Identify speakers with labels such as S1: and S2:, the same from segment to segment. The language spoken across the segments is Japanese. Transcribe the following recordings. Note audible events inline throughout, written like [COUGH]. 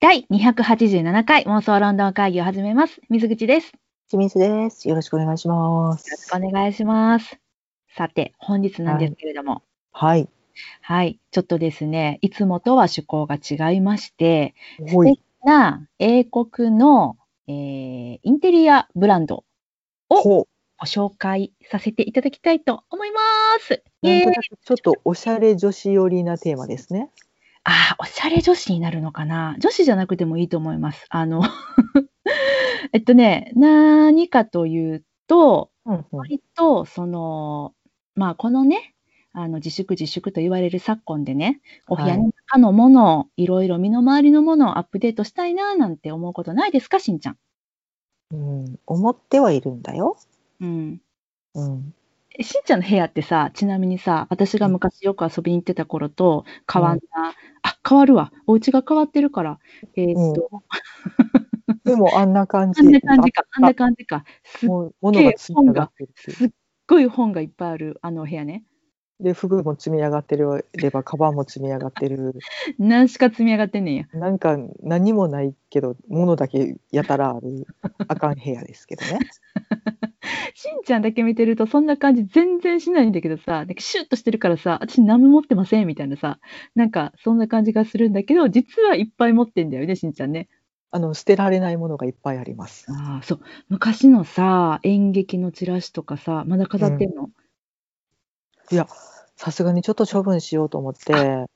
S1: 第287回妄想ロンドン会議を始めます。水口です。よ
S2: 清水です。よろしくお願いします。
S1: ろしくお願いします。さて、本日なんですけれども、
S2: はい。
S1: はい、ちょっとですね、いつもとは趣向が違いまして、素
S2: おい
S1: 敵な英国の、えーインテリアブランドを
S2: ほう。
S1: ご紹介させていただきたいと思います。イ
S2: な
S1: エー
S2: んと
S1: イ
S2: なくちょっとおしゃれ女子寄りなテーマですね。
S1: ああ、おしゃれ女子になるのかな。女子じゃなくてもいいと思います。あの [LAUGHS] えっとね、何かというと、
S2: うんうん。
S1: 割とその、まあ、このね、あの自粛自粛と言われる昨今でね、お部屋の中のものを、いろいろ身の回りのものをアップデートしたいななんて思うことないですか、しんちゃん。
S2: うん、思ってはいるんだよ。
S1: うん、
S2: うん。
S1: えしんちゃんの部屋ってさ、ちなみにさ、私が昔よく遊びに行ってた頃と変わんな、あ、変わるわ。お家が変わってるから。えーっと、
S2: でもあんな感じ。
S1: あんな感じか、あん
S2: あ
S1: な感じか。すっ
S2: もう物が積み上がってるし。
S1: すっごい本がいっぱいある、あのお部屋ね。
S2: で、服も積み上がってれば、カバンも積み上がってる。
S1: 何しか積み上がってんねんや。
S2: なんか何もないけど、物だけやたらあるあかん部屋ですけどね。
S1: しんちゃんだけ見てると、そんな感じ全然しないんだけどさ、なんかシュッとしてるからさ、私何も持ってませんみたいなさ、なんかそんな感じがするんだけど、実はいっぱい持ってんだよね、しんちゃんね。
S2: あの、捨てられないものがいっぱいあります。
S1: ああ、そう。昔のさ、演劇のチラシとかさ、まだ飾ってんの、
S2: いや、さすがにちょっと処分しようと思って、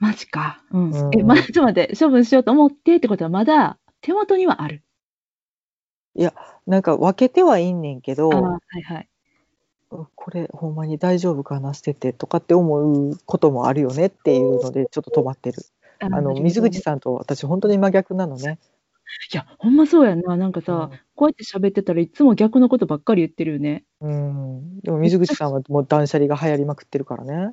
S1: マジか。うん。
S2: うん
S1: え、ま、ちょっと待って、処分しようと思ってってことは、まだ手元にはある。
S2: なんか分けてはいいんねんけ
S1: あ
S2: ど、
S1: あ、はいはい。
S2: うんこれほんまに大丈夫かな捨ててとかって思うこともあるよねっていうのでちょっと止まってる
S1: あ
S2: あの水口
S1: い
S2: さんと私本当に真逆なのね
S1: や、ほんまそうやんな。なんかさ、こうやって喋ってたらいつも逆のことばっかり言ってるよね。
S2: うん、うんでも水口さんはもう断捨離が流行りまくってるからね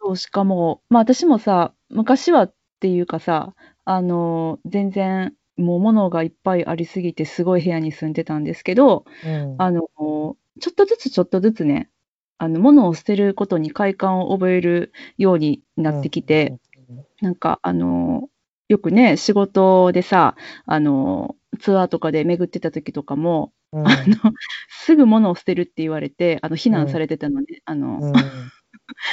S1: そう、しかも、まあ私もさ、昔はっていうかさ、あのー全然、もう物がいっぱいありすぎて、すごい部屋に住んでたんですけど、
S2: うん
S1: あのーちょっとずつちょっとずつね、あの、物を捨てることに快感を覚えるようになってきて、なんか、あの、よくね、仕事でさ、あの、ツアーとかで巡ってた時とかも、
S2: うんうん
S1: あの、すぐ物を捨てるって言われて、あの、避難されてたのね、あ
S2: う
S1: の、
S2: ん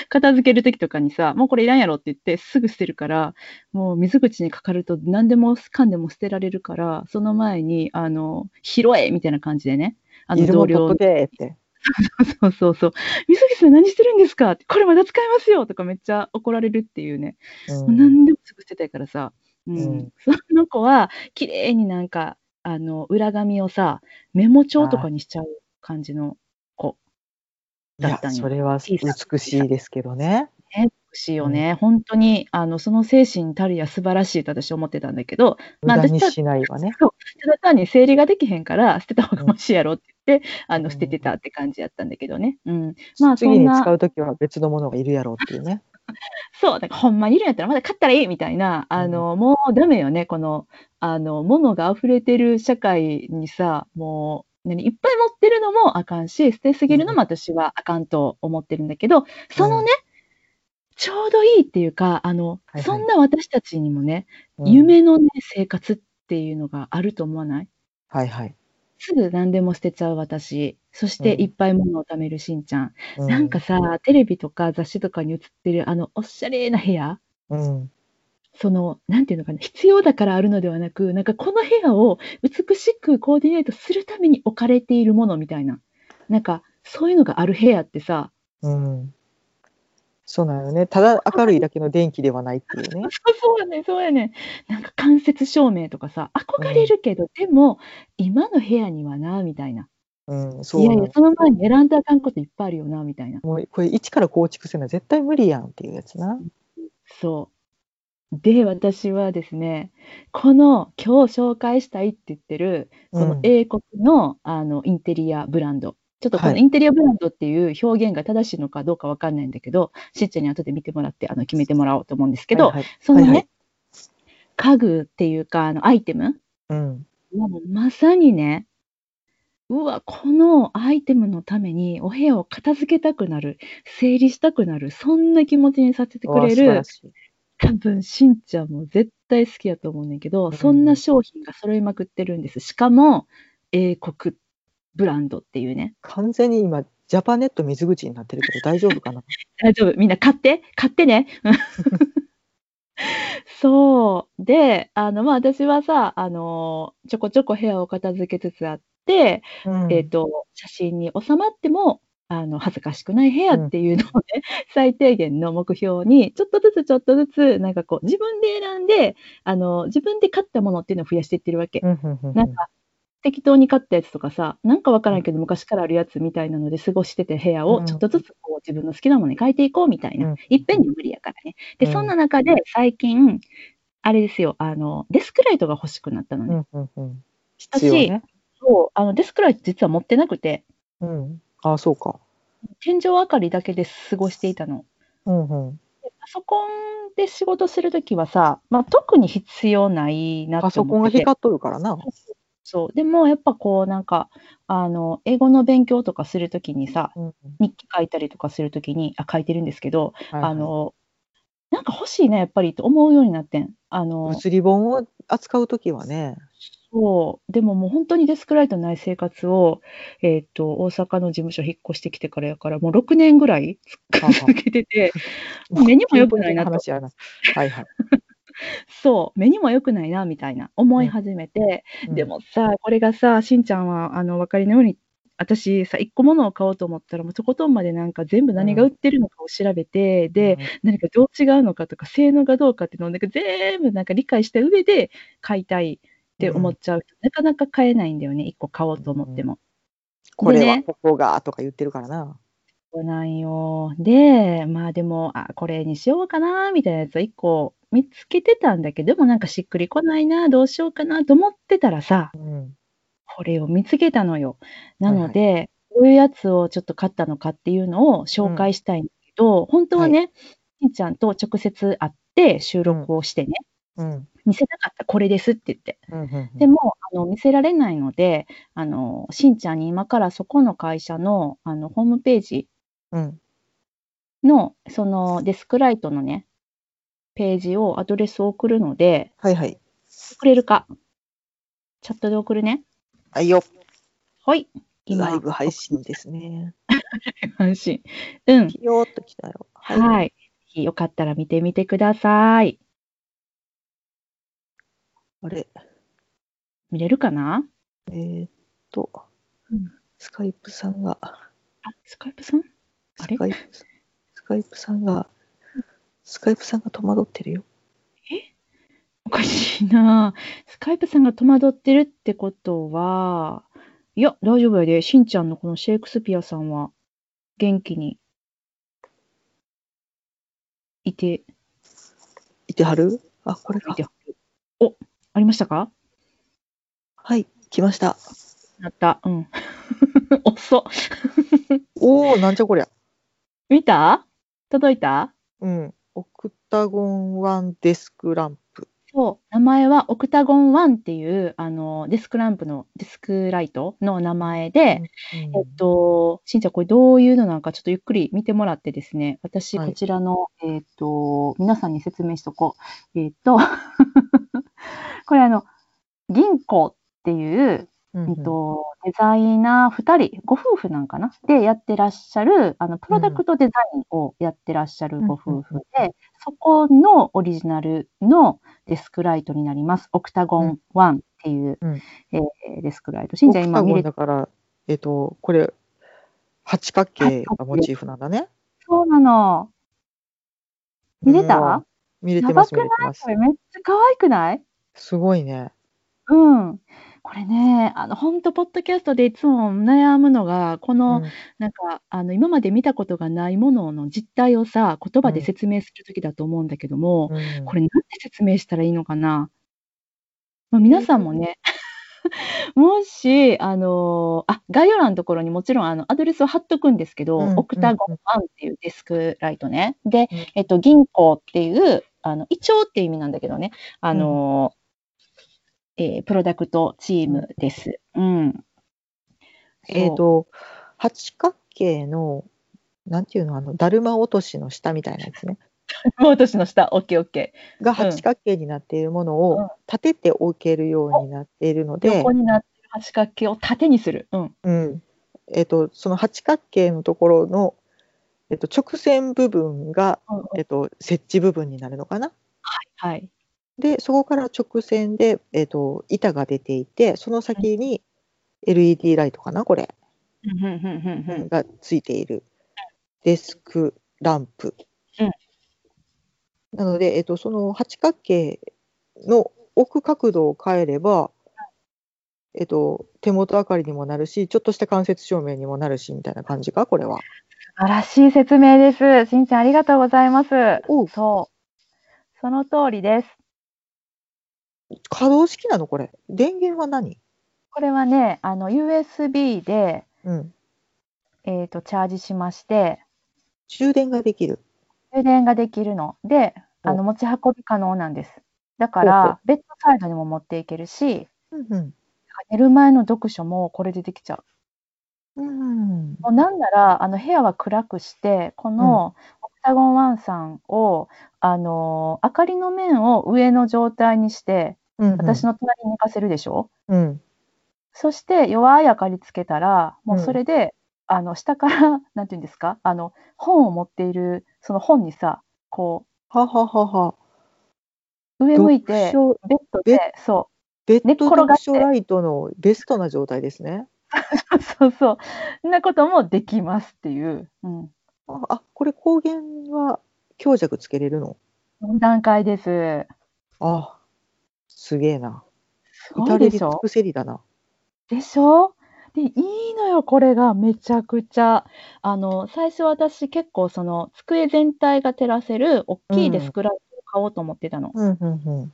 S1: 片付ける時とかにさ、もうこれいらんやろって言って、すぐ捨てるから、もう水口にかかると何でもかんでも捨てられるから、その前に、あの、拾えみたいな感じでね、 [LAUGHS] あの、
S2: いる
S1: 同
S2: もん取
S1: 僚
S2: っとけって
S1: [LAUGHS] そうそうそう、水口さん何してるんですかってこれまだ使えますよとかめっちゃ怒られるっていうね。
S2: うん
S1: 何でもすぐ捨てたいからさ、うん
S2: うん
S1: その子は綺麗になんかあの裏紙をさメモ帳とかにしちゃう感じの子
S2: い
S1: だっ
S2: や
S1: たんよ
S2: それは美しいですけどね
S1: しいよね、本当にあのその精神たるや素晴らしいと私は思ってたんだけど
S2: 無駄にしないわね
S1: そうただ単に整理ができへんから捨てた方がましいやろって言って、あ
S2: う
S1: の
S2: ん
S1: 捨ててたって感じやったんだけどね、うん、まあそ
S2: 次
S1: ん
S2: に
S1: な
S2: 使う時は別のものがいるやろうっていうね
S1: そう、だからほんまにいるんやったらまだ買ったらいいみたいな、あの、もうダメよね、この、あの、物が溢れてる社会にさ、もう、何いっぱい持ってるのもあかんし、捨てすぎるのも私はあかんと思ってるんだけど、そのね、ちょうどいいっていうか、あの、
S2: はいはい
S1: そんな私たちにもね、
S2: うん
S1: 夢のね、生活っていうのがあると思わない
S2: はいはい
S1: すぐ何でも捨てちゃう私、そして
S2: うん
S1: いっぱい物を貯めるしんちゃん。
S2: う
S1: なんかさ、テレビとか雑誌とかに映ってるあの、おしゃれな部屋
S2: うん
S1: その、なんていうのかな、必要だからあるのではなく、なんかこの部屋を美しくコーディネートするために置かれているものみたいな、なんかそういうのがある部屋ってさ、
S2: うん。そうなのよね。ただ明るいだけの電気ではないっていうね。
S1: そうそうやねん、そうやねん、なんか間接照明とかさ、憧れるけど、でも、今の部屋にはな、みたいな、
S2: うん、そう
S1: いや
S2: ないの
S1: や、その前に選んだらあかんこといっぱいあるよな、みたいな、
S2: もうこれ一から構築せな絶対無理やんっていうやつな。
S1: そう。で、私はですね、この今日紹介したいって言ってる、こ
S2: う
S1: の
S2: ん
S1: 英国の,、あのインテリアブランド。ちょっとこの
S2: はい
S1: インテリアブランドっていう表現が正しいのかどうかわかんないんだけど、しんちゃんに後で見てもらってあの決めてもらおうと思うんですけど、
S2: はいはい
S1: そのね、
S2: はいはい
S1: 家具っていうかあのアイテム
S2: うん、
S1: もうまさにね、うわ、このアイテムのためにお部屋を片付けたくなる、整理したくなる、そんな気持ちにさせてく
S2: わあ
S1: れ
S2: 素晴
S1: る
S2: ら、しい
S1: 多分しんちゃんも絶対好きやと思うねんけど、
S2: ん
S1: そんな商品が揃いまくってるんです。しかも、英国ブランドっていうね。
S2: 完全に今ジャパネット水口になってるけど大丈夫かな
S1: 大丈夫。みんな買って、買ってね。そう。で、あの、まあ、私はさ、あの、ちょこちょこ部屋を片付けつつあって、
S2: うん
S1: えっと写真に収まってもあの恥ずかしくない部屋っていうのをね、 [LAUGHS] 最低限の目標にちょっとずつちょっとずつなんかこう自分で選んであの自分で買ったものっていうのを増やしていってるわけ。
S2: うんうんうんう
S1: なん
S2: ん
S1: か適当に買ったやつとかさなんかわからんけど昔からあるやつみたいなので過ごしてて部屋
S2: う
S1: を
S2: ん
S1: ちょっとずつこう自分の好きなものに変えていこうみたいな、
S2: うん
S1: いっぺんに無理やからね。で
S2: うん
S1: そんな中で最近あれですよあのデスクライトが欲しくなったの
S2: う
S1: ね。
S2: んうんうん必要ね
S1: そうあのデスクライト実は持ってなくて
S2: うんあそうか
S1: 天井明かりだけで過ごしていたの。
S2: うんうん
S1: でパソコンで仕事するときはさ、まあ、特に必要ないな
S2: パ
S1: って
S2: ソコン
S1: 思
S2: が
S1: ってて
S2: 光っとるからな
S1: そうでもやっぱこうなんかあの英語の勉強とかするときにさ
S2: うん
S1: 日記書いたりとかするときにあ書いてるんですけど、
S2: はいはい
S1: あのなんか欲しいなやっぱりと思うようになってん。あの
S2: 物理本を扱うときはね
S1: そうでももう本当にデスクライトない生活を、えー、と大阪の事務所引っ越してきてからやからもう6年ぐらい
S2: はあはあ
S1: 続けててもう [LAUGHS] 目にも良くないな
S2: [LAUGHS]
S1: と
S2: 話やなはいはい
S1: そう、目にも良くないな、みたいな思い始めて、
S2: うん
S1: でもさ、これがさ、しんちゃんは、あの、お分かりのように、私さ、一個ものを買おうと思ったら、もうとことんまでなんか全部何が売ってるのかを調べて、で、何かどう違うのかとか、性能がどうかっていうのを、なんか全部なんか理解した上で買いたいって思っちゃう人、なかなか買えないんだよね、一個買おうと思っても。
S2: これ
S1: で
S2: は
S1: ね
S2: ここがとか言ってるからな
S1: そうなんよ。で、まあでも、あ、これにしようかな、みたいなやつは一個見つけてたんだけど、でもなんかしっくりこないな、どうしようかなと思ってたらさ、
S2: うん
S1: これを見つけたのよ。なの
S2: は
S1: で、こういうやつをちょっと買ったのかっていうのを紹介したいんだけど、本当はね、しんちゃんと直接会って収録をしてね、
S2: うん
S1: 見せたかったこれですって言って。
S2: うんうんうん
S1: でもあの見せられないのであの、しんちゃんに今からそこの会社のあのホームページ
S2: うん
S1: の、そのデスクライトのね、ページを、アドレスを送るので、
S2: はいはい
S1: 送れるか。チャットで送るね。
S2: はいよ
S1: はい。
S2: ライブ配信ですね
S1: 安心。うん。
S2: ピヨーっときたよ
S1: はい。よかったら見てみてください。
S2: あれ
S1: 見れるかな
S2: えーっと
S1: うん
S2: スカイプさんが
S1: あ、スカイプさんあれ
S2: スカイプさんスカイプさんがスカイプさんが戸惑ってるよ
S1: おかしいなスカイプさんが戸惑ってるってことは、いや、大丈夫やで。しんちゃんのこのシェイクスピアさんは、元気に、いて
S2: いてはるあこれか
S1: お、ありましたか
S2: はい来ました
S1: なった。うん。 [LAUGHS] 遅っ。
S2: おおなんじゃこりゃ
S1: 見た届いた
S2: うんオクタゴンワンデスクランプ
S1: そう。名前はオクタゴン1っていう、あの、デスクランプの、デスクライトの名前で、
S2: うん
S1: えっと、しんちゃん、これどういうのなのか、ちょっとゆっくり見てもらってですね、私、
S2: はい
S1: こちらの、えっと、皆さんに説明しとこう。えっと、 [LAUGHS] これあの、銀行っていう、
S2: うん
S1: えっと、デザイナー2人、ご夫婦なんかなでやってらっしゃる、あの、プロダクトデザインをやってらっしゃるご夫婦で、そこのオリジナルのデスクライトになります。オクタゴン1っていう、
S2: うん
S1: えーデスクライト。しんちゃん
S2: オクタ
S1: 今見
S2: ゴン
S1: れて
S2: だから、えっと、これ、八角形がモチーフなんだね。
S1: そうなの。見れ
S2: うん
S1: た
S2: 見れてます、
S1: や
S2: 見
S1: ばく
S2: れてます
S1: こ。れめっちゃ可愛くない
S2: すごいね。
S1: うん。これね、あの、ほんと、ポッドキャストでいつも悩むのが、この、
S2: うん
S1: なんかあの今まで見たことがないものの実態をさ言葉で
S2: うん
S1: 説明するときだと思うんだけども、
S2: うん
S1: これなんて説明したらいいのかな、まあ、皆さんもね [LAUGHS] もしあのあ概要欄のところにもちろんあのアドレスを貼っとくんですけど、
S2: うんうんうん
S1: オクタゴンワンっていうデスクライトねで、
S2: うん
S1: えっと、銀行っていうあのイチョウっていう意味なんだけどねあの、えープロダクトチームです。うん、
S2: えっ
S1: そう
S2: と、八角形の、なんていうの、あの、だるま落としの下みたいなやつね。
S1: もう私の下、オッケーオッケ
S2: が八角形になっているもの
S1: うん
S2: を立てて置けるようになっているの
S1: ー。
S2: で
S1: 横、になってる八角形を縦にする。うん。
S2: うんえっとその八角形のところの、えっと直線部分が、えっと設置部分になるのかな。
S1: はい。
S2: でそこから直線で、えっと板が出ていてその先に LED ライトかなこれ
S1: うんうんうんうんうん。
S2: がついているデスクランプ。
S1: うん
S2: なので、えっと、その八角形の置く角度を変えれば、えっと、手元明かりにもなるしちょっとした間接照明にもなるしみたいな感じかこれは。
S1: 素晴らしい説明です。しんちゃん、ありがとうございます。
S2: おう
S1: そう。その通りです。
S2: 可動式なのこれ電源は何、
S1: これはね、あの、USB で、
S2: うん、
S1: えっ、と、チャージしまして、
S2: 充電ができる。
S1: 充電ができるので、あの、
S2: お
S1: 持ち運び可能なんです。だか
S2: ほうほ
S1: ら、ベッドサイドにも持っていけるし、
S2: うん
S1: 寝る前の読書もこれでできちゃう。
S2: うんうん
S1: もうなんならあの部屋は暗くしてこのオクタゴンワンさんを、あのー明かりの面を上の状態にして
S2: うん
S1: 私の隣に寝かせるでしょ、
S2: うん
S1: そして弱い明かりつけたらもうそれで、あの下から [LAUGHS] なんていうんですかあの本を持っているその本にさこ
S2: はははは。
S1: う上向いて
S2: 読書
S1: ベッド
S2: ベッ
S1: でそう
S2: ベッド
S1: 寝っ転がっ
S2: 読
S1: て
S2: 書ライトのベストな状態ですね。
S1: そう [LAUGHS] そうそんなこともできますっていう、うん、
S2: あ、あこれ光源は強弱つけれるの
S1: 段階です。
S2: あすげえな。
S1: すご
S2: 至
S1: い
S2: れ
S1: で
S2: り
S1: し
S2: 尽
S1: ょ
S2: くせりだな。
S1: でしょで、いいのよ、これがめちゃくちゃ。あの、最初私結構その机全体が照らせる大きいデスクライトを買おうと思ってたの。
S2: うんうん
S1: うん。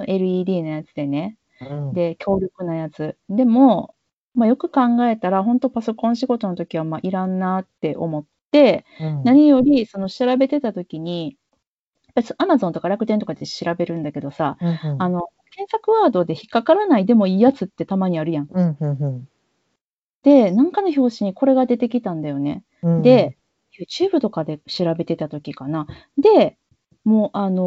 S1: LED のやつでね。
S2: うん。
S1: で、強力なやつ。でも、まあ、よく考えたら、本当パソコン仕事の時はまあいらんなって思って、
S2: うん、
S1: 何よりその調べてた時に、やっぱり Amazon とか楽天とかで調べるんだけどさ、
S2: うんうん
S1: あの、検索ワードで引っかからないでもいいやつってたまにあるやん。
S2: うんうん
S1: で、なんかの表紙にこれが出てきたんだよね。
S2: うん
S1: で、YouTube とかで調べてた時かな。で、もう、あの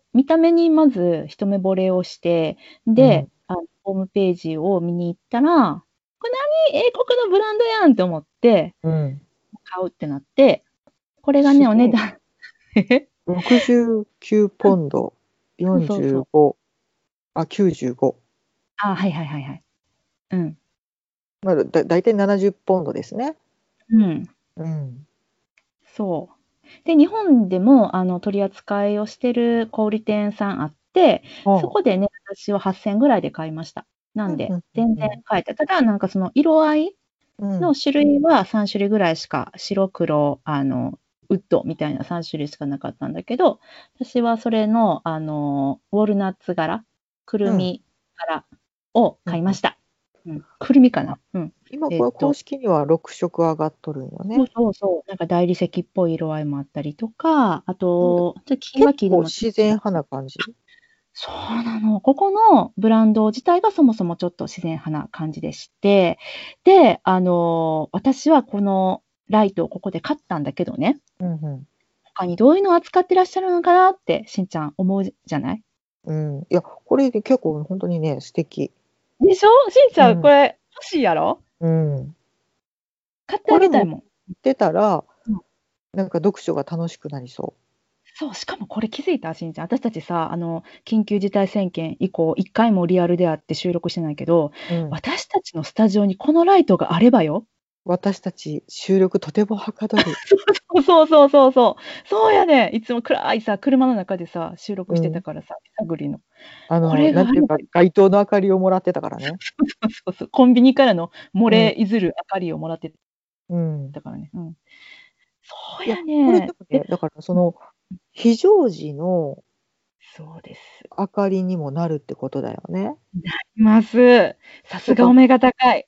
S1: ー見た目にまず一目惚れをして、で、あのホームページを見に行ったら、これ何英国のブランドやんって思って、
S2: うん、
S1: 買うってなって、これがね、
S2: すご
S1: お
S2: い
S1: 値段。 [LAUGHS] え
S2: 69ポンド
S1: そうそうそう
S2: 45あ95、
S1: あ、はいはいはいはい。うん。
S2: まあ、だ大体70ポンドですね。
S1: うん。
S2: うん
S1: そう。で、日本でもあの取り扱いをしてる小売店さんあって、そこでね、私は8000ぐらいで買いました。なんで
S2: うんうん、うんう
S1: 全
S2: ん
S1: 然買えた。ただ、なんかその色合い
S2: うん
S1: の種類は3種類ぐらいしか、白黒、あの、ウッドみたいな3種類しかなかったんだけど、私はそれの、あの、ウォルナッツ柄、くるみ柄を買いました。うん、くるみかな。うん。
S2: 今こ
S1: え
S2: れ
S1: っと
S2: 公式には6色上がっとるんよ
S1: そう
S2: ね。
S1: そうそう。なんか大理石っぽい色合いもあったりとか、あと、ちょっと金は
S2: 結
S1: 金で
S2: 構
S1: も
S2: 自然派な感じ。
S1: そうなの。ここのブランド自体がそもそもちょっと自然派な感じでして、で、あのー私はこのライトをここで買ったんだけどね、
S2: うんうん
S1: 他にどういうのを扱ってらっしゃるのかなって、しんちゃん思うじゃない
S2: うん、いやこれで結構本当にね素敵、
S1: でしょしんちゃん、
S2: うん
S1: これ欲しいやろ
S2: うん、
S1: 買ってあげたいもん。
S2: 出たら、
S1: うん
S2: なんか読書が楽しくなりそ
S1: そう、しかもこれ気づいたしんちゃん。私たちさ、あの、緊急事態宣言以降、一回もリアルであって収録してないけど、
S2: う、うん
S1: 私たちのスタジオにこのライトがあればよ。
S2: 私たち収録とても
S1: [LAUGHS]
S2: はかどる、
S1: そうそうそうそう。そうやね。いつも暗いさ、車の中でさ、収録してたからさ、手探りの。 [LAUGHS]
S2: あの
S1: これが
S2: なんていうか街灯の明かりをもらってたからね、
S1: そうそうそう。コンビニからの漏れいずる明かりをもらって
S2: うん、
S1: たからね。うん。そう
S2: いや
S1: や
S2: こ
S1: ね
S2: れでも。ねだからその非常時の
S1: そうです。
S2: 明かりにもなるってことだよね
S1: います。さすがお目が高い。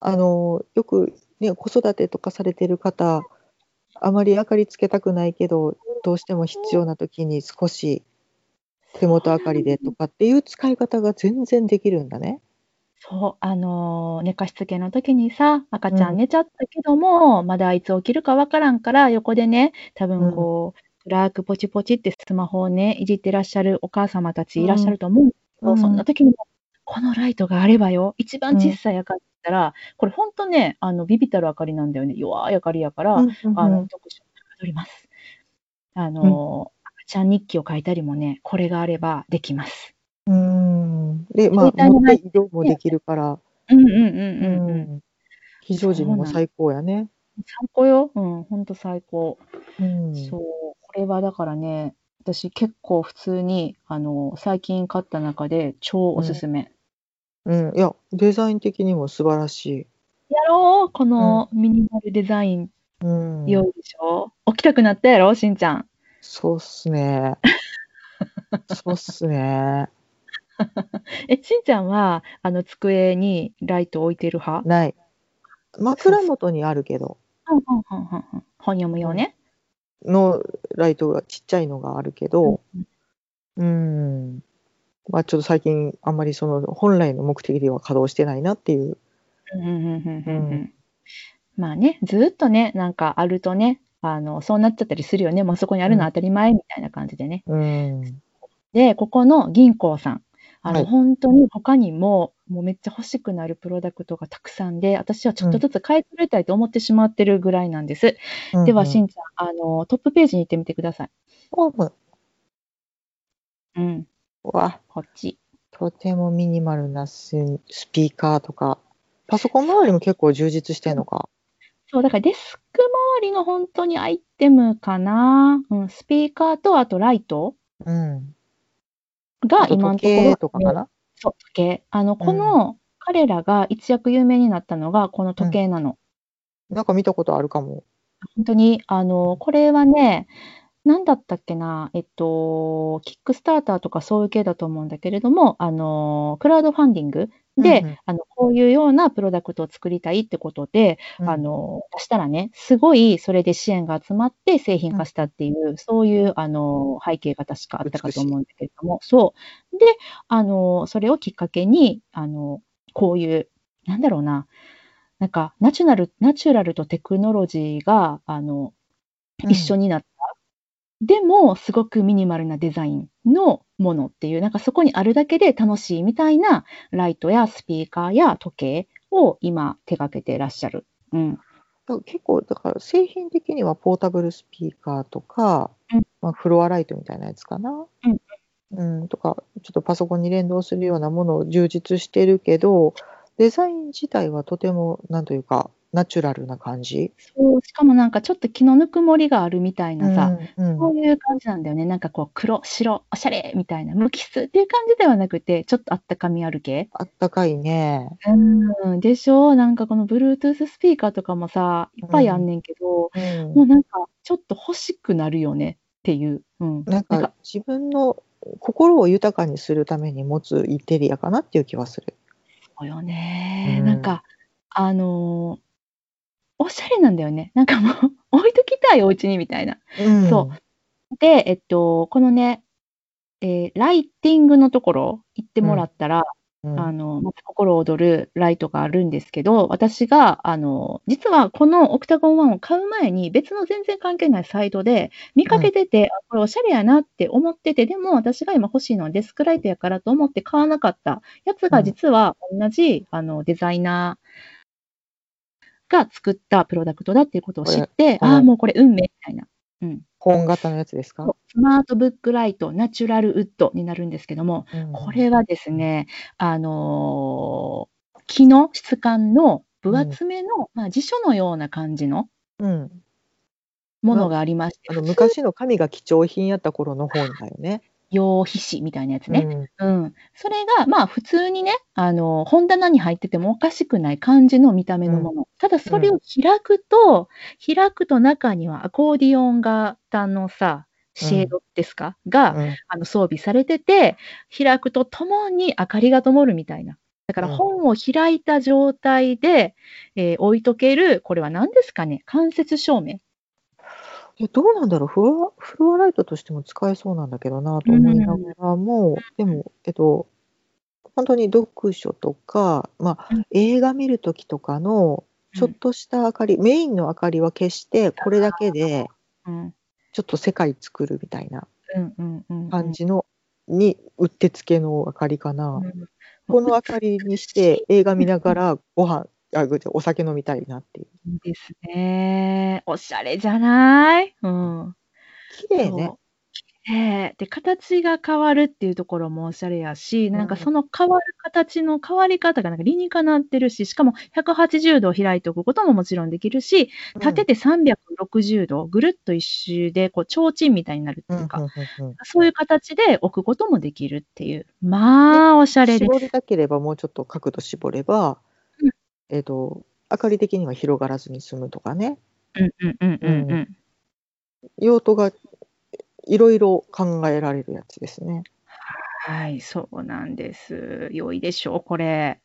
S2: あのよく、ね、子育てとかされてる方あまり明かりつけたくないけどどうしても必要な時に少し手元明かりでとかっていう使い方が全然できるんだね。
S1: そう、あのー寝かしつけの時にさ、赤ちゃ
S2: うん
S1: ん寝ちゃったけども、まだいつ起きるかわからんから、横でね、多
S2: う
S1: 分
S2: ん
S1: こう、辛くポチポチってスマホをね、いじってらっしゃるお母様たちいらっしゃると思うんですけど、
S2: うん
S1: そんな時にも、このライトがあればよ、一番小さい明かりだったら、これ本当ね、あの、ビビたる明かりなんだよね。弱い明かりやから、あの、読書をはかどります。あの、赤ちゃん日記を書いたりもね、これがあればできます。
S2: うんうんで、まあ、
S1: 携帯の
S2: 持
S1: な
S2: っ
S1: い
S2: て移動もできるから、
S1: うんうんうんうんうん。
S2: うん非常時にも最高やね。
S1: 最高よ。うん、ほんと最高。
S2: うん
S1: そう、これはだからね、私結構普通に、あの、最近買った中で超おすすめ。
S2: うん、いや、デザイン的にも素晴らし
S1: やろうこのミニマルデザイン、
S2: い。うん、
S1: 良いでしょ起きたくなったやろしんちゃん。
S2: そうっ
S1: [LAUGHS]
S2: すね。そうっすね。
S1: え、しんちゃんは、あの、机にライト置いてる派
S2: ない。枕元にあるけど、
S1: うんうんうんうんうん本読むよね。
S2: のライトがちっちゃいのがあるけど、うん。まあちょっと最近あんまりその本来の目的では稼働してないなっていう。
S1: うんうんうんうんうんう
S2: うん
S1: まあね、ずーっとね、なんかあるとね、あの、そうなっちゃったりするよね。もうそこにあるのは当たり前みたいな感じでね。
S2: うん。
S1: で、ここの銀行さん。あの、
S2: はい
S1: 本当に他にも、もうめっちゃ欲しくなるプロダクトがたくさんで、私はちょっとずつ買い取りたいと思ってしまってるぐらいなんです。では、し
S2: 新
S1: んちゃん、あの、トップページに行ってみてください。
S2: ホーム
S1: うん、
S2: は
S1: こっち。
S2: とてもミニマルなススピーカーとか、パソコン周りも結構充実してんのか。
S1: そう、だからデスク周りの本当にアイテムかな。うん、スピーカーと、あとライト
S2: うん。
S1: が
S2: あと
S1: 今のところ、
S2: 時計とかかな。
S1: そう、時計。あの、この、彼らが一躍有名になったのが、この時計なの。
S2: なんか見たことあるかも。
S1: 本当に、あの、これはね、何だったっけな、えっと、キックスターターとかそういう系だと思うんだけれども、あの、クラウドファンディングで、
S2: うんうん
S1: あの、こういうようなプロダクトを作りたいってことで、
S2: うん
S1: あ、の、出したらね、すごいそれで支援が集まって製品化したっていう、そういう、あの、背景が確かあったかと思うんだけれども、そう。で、あの、それをきっかけに、あの、こういう、なんだろうな、なんか、ナチュラル、ナチュラルとテクノロジーが、あの、一緒
S2: に。
S1: になった。でも、すごくミニマルなデザインのものっていう、なんかそこにあるだけで楽しいみたいなライトやスピーカーや時計を今手掛けてらっしゃる。うん。
S2: だから結構、だから製品的にはポータブルスピーカーとか、
S1: うん
S2: まあ、フロアライトみたいなやつかな。うん、とか、ちょっとパソコンに連動するようなものを充実してるけど、デザイン自体はとても、なんというか、ナチュラルな感じ。
S1: そう、しかもなんかちょっと気のぬくもりがあるみたいなさ、
S2: うん
S1: そういう感じなんだよね。なんかこう、黒、白、おしゃれみたいな、無機質っていう感じではなくて、ちょっとあったかみある系。
S2: あったかいね。
S1: うん、でしょなんかこの Bluetooth スピーカーとかもさ、いっぱいあんねんけど、
S2: うん
S1: もうなんかちょっと欲しくなるよねっていう。うん。
S2: なん
S1: なん
S2: か
S1: か
S2: 自分の心を豊かにするために持つインテリアかなっていう気はする。
S1: そうよね。
S2: うん
S1: なんか、あのーおしゃれなんだよね。なんかもう、 [LAUGHS] 置いときたいお家にみたいな。
S2: うん
S1: そで、えっと、このね、えーライティングのところ行ってもらったら、
S2: うん。
S1: あの、また心躍るライトがあるんですけど、私が、あの、実はこのオクタゴン1を買う前に別の全然関係ないサイトで見かけてて、あこれおしゃれやなって思ってて、でも私が今欲しいのはデスクライトやからと思って買わなかったやつ
S2: う
S1: が
S2: ん
S1: 実は同じ、あの、デザイナーが作ったプロダクトだっていうことを知って、
S2: これ
S1: ああ、
S2: うん
S1: もうこれ運命みたいな。
S2: 本型のやつですか、
S1: スマートブックライト、ナチュラルウッドになるんですけども、
S2: うん
S1: これはですね、あのー木の質感の分厚めの、まあ、辞書のような感じの
S2: うん、
S1: ものがありまして、
S2: あの
S1: 普通
S2: 昔の紙が貴重品やった頃の本だよね。
S1: 用皮紙みたいなやつ
S2: う
S1: ね。
S2: ん
S1: うん。それが、まあ、普通にね、あのー本棚に入っててもおかしくない感じの見た目のもの。ただ、それを開くと、開くと中にはアコーディオン型のさ、シェードですか、が、
S2: うん
S1: あの装備されてて、開くとともに明かりが灯るみたいな。だから
S2: うん
S1: 本を開いた状態で、えー置いとける、これは何ですかね、間接照明。
S2: えどうなんだろうフロアフロアライトとしても使えそうなんだけどなと思いながらも、でも、えっと、本当に読書とか、まあ
S1: うん
S2: 映画見るときとかのちょっとした明かり、メインの明かりは消してこれだけで
S1: うん、
S2: ちょっと世界作るみたいな
S1: うんうんうんうん
S2: 感じの、にうってつけの明かりかな、
S1: うん
S2: この明かりにして映画見ながらご飯あごめんなさいお酒飲みたいなっていう
S1: いいですね。おしゃれじゃないうん。
S2: 綺麗ね
S1: そう。綺麗で、形が変わるっていうところもおしゃれやし、なんか
S2: うん
S1: その変わる形の変わり方がなんか理にかなってるし、しかも180度開いておくことももちろんできるし、立てて360度、ぐるっと一周で、こう、提灯みたいになるって
S2: うん
S1: いうか、
S2: うんうんうん
S1: そういう形で置くこともできるっていう。まあ、おしゃれで。
S2: 絞りたければもうちょっと角度絞れば、
S1: うん
S2: えっ、と明かり的には広がらずに済むとかね
S1: うんうんうんうんうん。
S2: 用途がいろいろ考えられるやつですね。
S1: はい、そうなんです。良いでしょう、これ。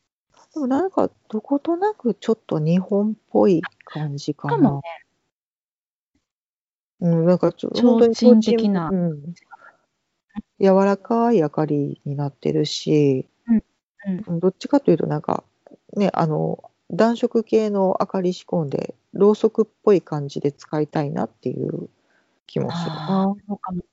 S2: でもなんかどことなくちょっと日本っぽい感じか
S1: か
S2: な。
S1: もね、
S2: うん、なんかちょ
S1: 提
S2: 本当に
S1: 灯的な
S2: 提灯うん、柔らかい明かりになってるし、
S1: うんう
S2: どっちかというとなんかねあの暖色系の明かり仕込んでろうそくっぽい感じで使いたいなっていう気もする
S1: あ
S2: な。
S1: ーそうかも。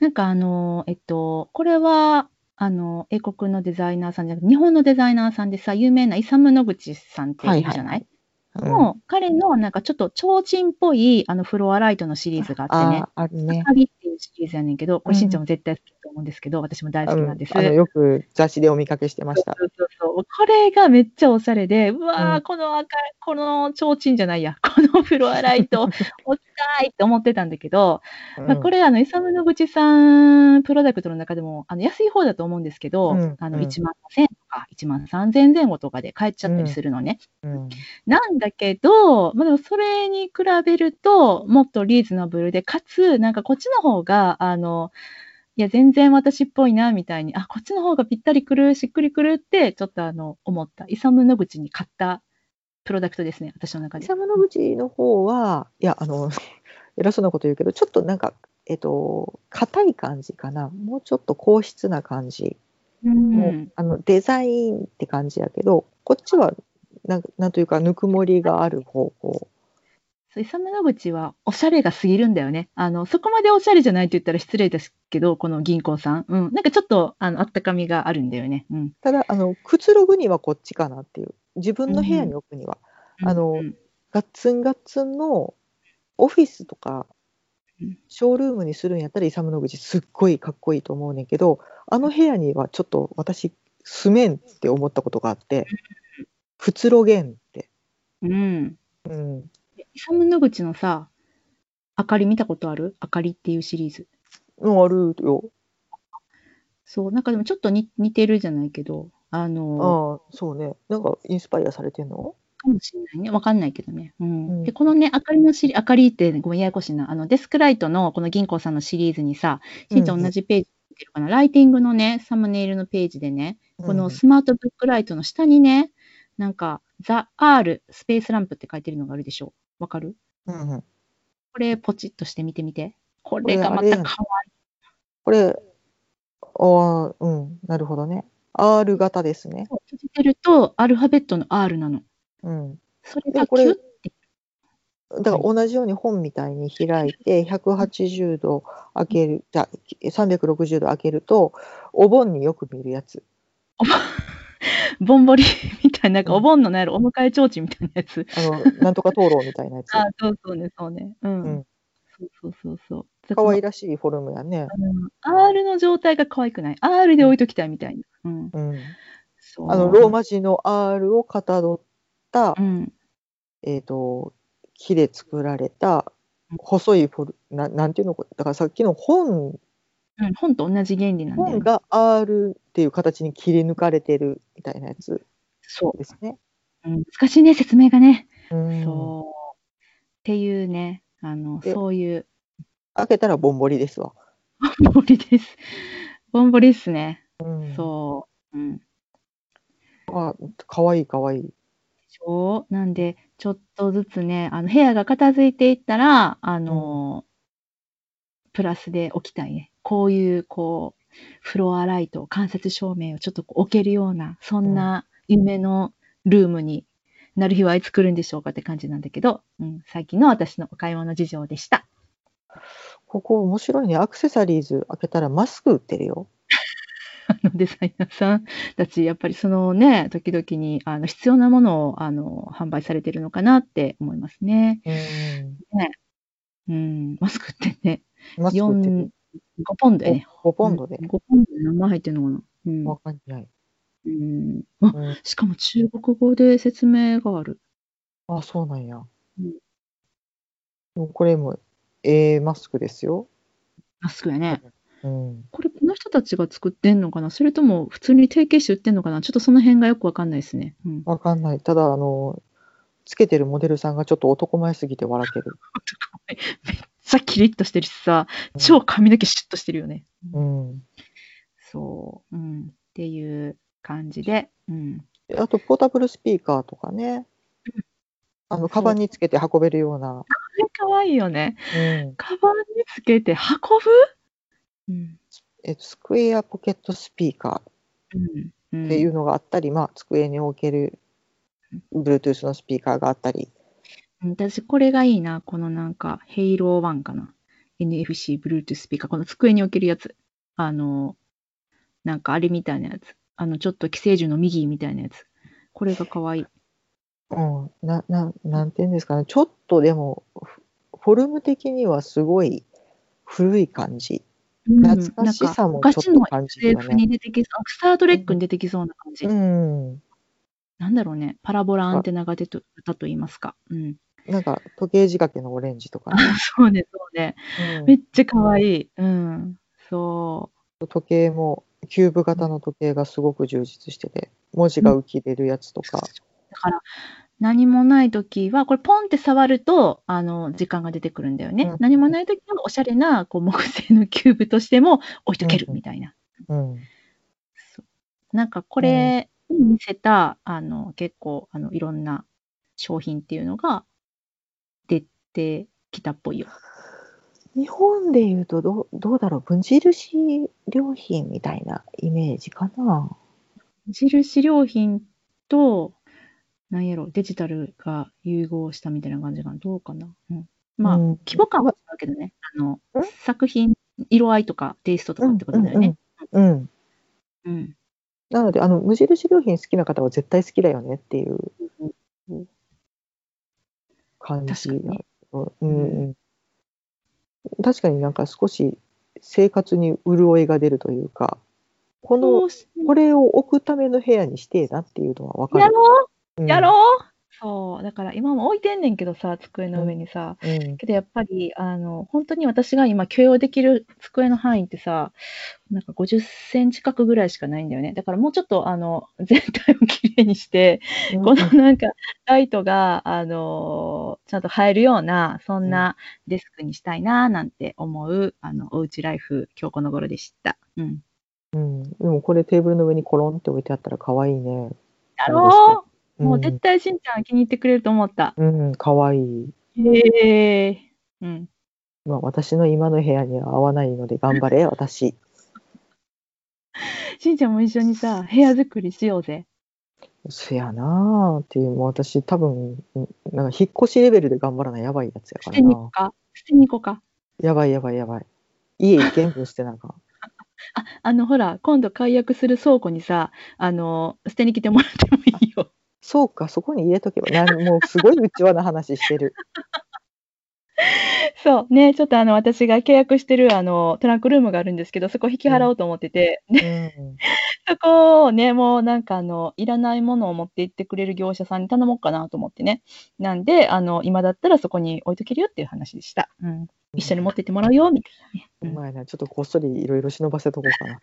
S1: なんかあの、えっと、これは、あの、英国のデザイナーさんじゃなくて、日本のデザイナーさんでさ、有名なイサム・ノグチさんっているじゃない、
S2: うん
S1: もう、彼のなんかちょっと提灯っぽい、あの、フロアライトのシリーズがあってね
S2: あ。ーあるね。
S1: 旅っていうシリーズやねんけど、これ
S2: うん
S1: しんちゃんも絶対好きだと思うんですけど、私も大好きなんです。
S2: うんあのよく雑誌でお見かけしてました。
S1: そうそうそうこれがめっちゃおしゃれで、うわー、
S2: うん
S1: この赤い、この提灯じゃないや、 [LAUGHS] このフロアライ
S2: [LAUGHS]
S1: ト、置きたいって思ってたんだけど、まあ、こ
S2: れ
S1: れ、あの、イサム・ノグチさんプロダクトの中でも、あの、安い方だと思うんですけど、
S2: うん
S1: あの、
S2: うん
S1: 1万5000とか、1万3000前後とかで買えちゃったりするのね。
S2: うん
S1: なんだけど、まあ、でもそれに比べると、もっとリーズナブルで、かつ、なんかこっちの方が、あの、いや、全然私っぽいな、みたいに、あ、こっちの方がぴったりくる、しっくりくるって、ちょっとあの、思った。イサム・ノグチに買ったプロダクトですね、私の中で。
S2: イサムノブチの方はいやあの [LAUGHS] 偉そうなこと言うけどちょっとなんかえっと硬い感じかなもうちょっと硬質な感じ、
S1: うん
S2: もうあのデザインって感じやけどこっちはなんなんというかぬくもりがある方向
S1: そうイサム・ノグチはおしゃれが過ぎるんだよね。あの、そこまでおしゃれじゃないって言ったら失礼ですけど、この銀行さん。うん。なんかちょっと、あの、あったかみがあるんだよね。うん。
S2: ただあのくつろぐにはこっちかなっていう自分の部屋に置くには、あの
S1: うん
S2: ガッツンガッツンのオフィスとか
S1: うん
S2: ショールームにするんやったらイサム・ノグチすっごいかっこいいと思うねんけどあの部屋にはちょっと私住めんって思ったことがあってくつろげんって、
S1: うん。
S2: うん、
S1: イサム・ノグチのさ、あかり見たことあるあかりっていうシリーズ。
S2: のあるよ
S1: そう、なんかでもちょっとに似てるじゃないけど、あの、
S2: ああそうねなんかインスパイアされてんの
S1: かもしれないね。わかんないけどね。うん。
S2: うん
S1: で、このね、あかりのシリ、あかりって、ごめん、ややこしいな。あの、デスクライトのこの銀行さんのシリーズにさ、しんちゃ
S2: うんん
S1: 同じページ見てるかな、ライティングのね、サムネイルのページでね、このスマートブックライトの下にね、なんか、ザ・アール、スペースランプって書いてるのがあるでしょ。わかる
S2: うんうんうん
S1: これ、ポチッとして見てみて。これがま
S2: これ
S1: た
S2: あれやん
S1: 可
S2: これああうんなるほどね R 型ですね、
S1: 愛い。閉じてると、アルファベットの R なの。
S2: うん、
S1: それ
S2: で
S1: が
S2: もこ
S1: キ
S2: れ
S1: ュッ
S2: だから同じように本みたいに開いて180度開けるじゃあ360度開けるとお盆によく見るやつ
S1: ぼんぼりみたいな、なんか
S2: うん
S1: お盆のなんやろ、お迎え提灯みたいなやつ。
S2: あの
S1: [LAUGHS]
S2: なんとか灯籠みたいなやつ
S1: あそうそうね、そうね。うん。
S2: うん
S1: そうそうそうそう。
S2: 可愛
S1: い。
S2: らしいフォルムやね、
S1: R の状態が可愛くない。R で置いときたいみたいな。うん。
S2: うん、
S1: そう
S2: あのローマ字の R をかたどった、
S1: うん。
S2: えー、と木で作られた細いフォルななんていうのこれだからさっきの本
S1: うん、本と同じ原理なんだよ
S2: 本
S1: ね。
S2: が R っていう形に切り抜かれてるみたいなやつ
S1: そ
S2: ですね。
S1: う、うん。難しいね、説明がね。
S2: うん
S1: そう。っていうね、あの、
S2: で
S1: そういう
S2: 開けたらぼんぼりですわ。
S1: ぼんぼりです。ぼんぼりっすね。
S2: うん
S1: そう。うん。
S2: かわいいかわいい。
S1: でしょなんで、ちょっとずつね、あの部屋が片付いていったら、あのプラスで置きたいね。こういう、こう、フロアライト、間接照明をちょっとこう置けるような、そんな夢のルームになる日はいつ来るんでしょうかって感じなんだけど、うん、最近の私のお買い物事情でした。
S2: ここ面白いね。アクセサリーズ開けたらマスク売ってるよ。
S1: [LAUGHS] あのデザイナーさんたち、やっぱりそのね、時々にあの必要なものをあの販売されてるのかなって思いますね。
S2: うん。
S1: うん、マスクってね、
S2: マスク売って
S1: 4
S2: る。、
S1: 5ポンドやね。
S2: 5ポンドで
S1: う。ん5ポンドで何枚入ってるのかな。うん
S2: わかんない。
S1: うん、あ
S2: うん
S1: しかも中国語で説明がある。
S2: あ、そうなんや。
S1: うん
S2: でもこれも、ええマスクですよ。
S1: マスクやね。
S2: うん。
S1: これ、この人たちが作ってんのかなそれとも普通に提携して売ってんのかなちょっとその辺がよくわかんないですね。うん、
S2: わかんない。ただ、あの、つけてるモデルさんがちょっと男前すぎて笑ける。
S1: めっちゃキリッとしてるしさ、超髪の毛シュッとしてるよね。
S2: うん。
S1: そう、うん、っていう感じで、うん、
S2: であと、ポータブルスピーカーとかね。あ
S1: そ
S2: の、
S1: う
S2: カバンにつけて運べるような。
S1: これ可愛いよね。
S2: うん。
S1: カバンにつけて運ぶ、うん
S2: えっと、スクエアポケットスピーカー。
S1: うん、
S2: っていうのがあったり、まあ、机に置ける Bluetooth のスピーカーがあったり、
S1: うん私、これがいいな。このなんか、ヘイロー1かな。NFC、Bluetooth スピーカー。この机に置けるやつ。あの、なんかあれみたいなやつ。あの、ちょっと寄生獣の右みたいなやつ。これが可愛い。
S2: うん、なななんていうんですかねちょっとでもフフォルム的にはすごい古い感じ懐かしさもちょっと感じる
S1: うん
S2: よ
S1: なんか昔の SF
S2: ね。
S1: に出てきそう、スタートレックに出てきそうな感じ。
S2: うん、
S1: なんだろうね。パラボラアンテナが出てたと言いますか。
S2: [LAUGHS]
S1: うん。
S2: なんか時計仕掛けのオレンジとかね、
S1: そうね、そうね。
S2: うん
S1: めっちゃ可愛い。うん。そ
S2: 時計もキューブ型の時計がすごく充実してて文字が浮き出るやつと
S1: う。
S2: か、
S1: だから何もない時はこれポンって触るとあの時間が出てくるんだよね、
S2: うん
S1: 何もない時はおしゃれなこう木製のキューブとしても置いとける
S2: うんうん
S1: みたいな、
S2: うん
S1: そうなんかこれに見せた、あの結構あのいろんな商品っていうのが出てきたっぽいよ
S2: 日本でいうとどうどうだろう無印良品みたいなイメージかな。
S1: 無印良品となんやろデジタルが融合したみたいな感じがどうかな、うん、まあ、
S2: うん
S1: 規模感は違うけどね、あの
S2: うん
S1: 作品、色合いとかテイストとかってことだよね。
S2: うんうんうんうん
S1: うん
S2: なのであの無印良品好きな方は絶対好きだよねっていう
S1: うん
S2: 感じ
S1: 確かに
S2: うんうん確かになんか少し生活に潤いが出るというかこ
S1: そ
S2: の
S1: うし
S2: これを置くための部屋にしてえなっていうのは分か
S1: や
S2: る。
S1: ろ
S2: う
S1: うんやろうそう、だから今も置いてんねんけどさ、机の上にさ。
S2: うん
S1: けどやっぱり、あの、本当に私が今許容できる机の範囲ってさ、なんか50センチ角ぐらいしかないんだよね。だからもうちょっと、あの、 [LAUGHS] 全体をきれいにして、このなんかライトが、あのーちゃんと映えるような、そんなデスクにしたいな、なんて思う、あの、おうちライフ、今日この頃でした。うん。
S2: うん、でもこれテーブルの上にコロンって置いてあったら可愛いね。
S1: だろう、
S2: ん
S1: もう絶対しんちゃん気に入ってくれると思った。
S2: うん、可愛い。
S1: へえ。うん。
S2: まあ私の今の部屋には合わないので頑
S1: [LAUGHS]
S2: 張れ、私。
S1: しんちゃんも一緒にさ、部屋作りしようぜ。
S2: そやなあっていう、もう私多分、うんなんか引っ越しレベルで頑張らないやばいやつや
S1: 捨
S2: か
S1: て
S2: ら
S1: に行こう
S2: な。
S1: か。捨てに行こうか。
S2: やばいやばいやばい。家全部捨てなあか [LAUGHS] ん。
S1: あ、あの、ほら、今度解約する倉庫にさ、あの、捨てに来てもらってもいいよ。 [LAUGHS]
S2: そうか、そこに入れとけば。なんもうすごい内輪な話し
S1: [LAUGHS]
S2: てる。
S1: そうね、ちょっとあの私が契約してるあのトランクルームがあるんですけど、そこ引き払おうと思ってて、
S2: う
S1: で
S2: ん、
S1: そこをね、もうなんかあのいらないものを持って行ってくれる業者さんに頼もうかなと思ってね、なんであの、今だったらそこに置いとけるよっていう話でした。うん、一緒に持って行ってもらうよみたいなね、
S2: う
S1: うん
S2: まいな、ちょっとこっそりいろいろ忍ばせとこうかな。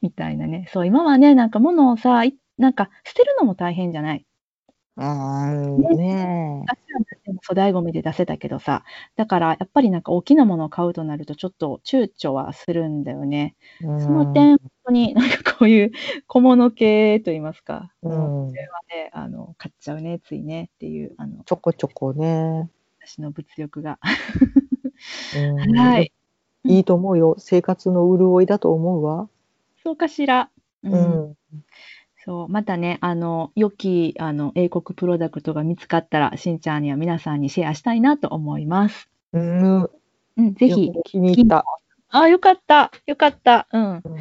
S1: みたいなね、そう、今はね、なんか物をさ、いなんか捨てるのも大変じゃない。 [LAUGHS]
S2: あーね
S1: 私は粗大ごみで出せたけどさ、だからやっぱりなんか大きなものを買うとなると、ちょっと躊躇はするんだよね。
S2: え。そ
S1: その点、本当に [LAUGHS] なんかこういう小物系といいますか、
S2: うん
S1: それはね、あの買っちゃうね、ついねっていう、あの
S2: ちょこちょこね。
S1: 私の物欲が。
S2: うん
S1: はい、
S2: いいと思うよ。生活の潤いだと思うわ。
S1: そうかしら。う
S2: うん。
S1: そうまたね、あの良きあの英国プロダクトが見つかったら、しんちゃんには皆さんにシェアしたいなと思います。
S2: うん、
S1: うん、ぜひ。
S2: 気に入った。
S1: あー、よかった。よかった。うん。
S2: うん
S1: そう。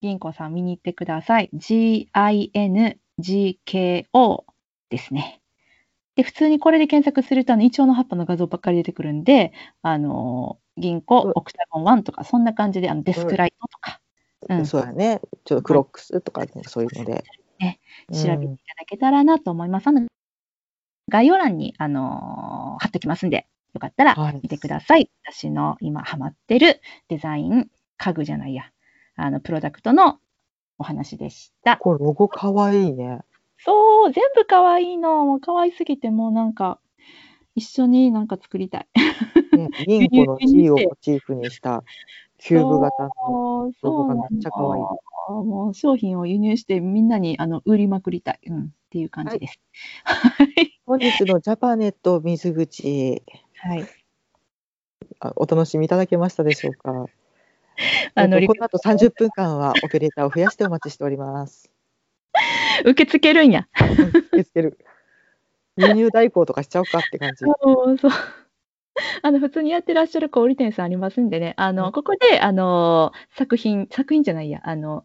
S1: 銀行さん見に行ってください。GINGKO ですね。で、普通にこれで検索すると、あの、イチョウの葉っぱの画像ばっかり出てくるんで、あのー、銀行
S2: うん、
S1: オクタゴン1とか、そんな感じで、あの、デスクライトとか、うん、調
S2: そうやね。ちょっとクロックスとかそういうので。
S1: ねべていた
S2: うん
S1: だけたらなと思います。あの概要欄に、あのー貼ってきますんで、よかったら
S2: はい
S1: 見てください。私の今ハマってるデザイン、家具じゃないや、あの、プロダクトのお話でした。
S2: これロゴかわいいね。
S1: そう、全部可愛いの。もう可愛すぎて、もうなんか、一緒になんか作りたい。 [LAUGHS]
S2: ね銀行の G をモチーフにしたキューブ型の。
S1: そう
S2: ロゴが
S1: な
S2: め
S1: ん
S2: っちゃ可愛い
S1: だもう商品を輸入してみんなにあの売りまくりたい、うん、っていう感じです。
S2: 本日のジャパネット水口、
S1: はい。
S2: あお楽しみいただけましたでしょうか。
S1: あの
S2: えっとこの後30分間はオペレーターを増やしてお待ちしております。
S1: 受け付けるんや。
S2: 受け付ける。輸入代行とかしちゃおうかって感じ。
S1: そうそう。 [LAUGHS] あの普通にやってらっしゃる小売店さんありますんでね、あ
S2: う
S1: の
S2: ん
S1: ここであの作品、作品じゃないや、あの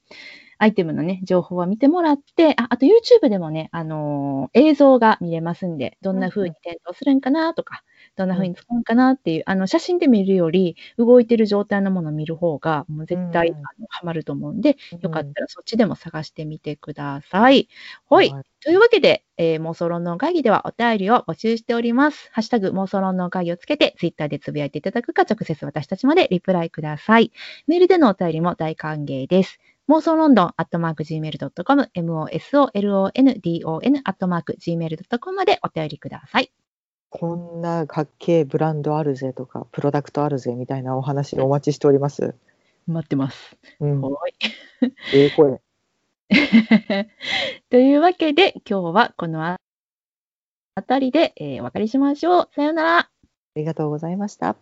S1: アイテムのね、情報は見てもらって、ああと YouTube でもね、あの映像が見れますんで、どんな風に点灯するんかなとか、どんな風に使うんかなっていう、あの写真で見るより、動いてる状態のものを見る方が、もう絶対、
S2: うん
S1: あのハマると思うんで、よかっ
S2: うん
S1: たらそっちでも探してみてください。はい。というわけで、えー、妄想論の会議ではお便りを募集しております。ハッシュタグ妄想論の会議をつけて、ツイッターでつぶやいていただくか、直接私たちまでリプライください。メールでのお便りも大歓迎です。妄想ロンドン、アットマーク Gmail.com、MOSOLONDON、アットマーク Gmail.com までお便りください。
S2: こんなかっけえブランドあるぜとかプロダクトあるぜみたいなお話お待ちしております。
S1: 待ってます。 [LAUGHS]
S2: うん、
S1: はい。
S2: ええ声。
S1: というわけで、今日はこのあたりで、えーお別れしましょう。さようなら。
S2: ありがとうございました。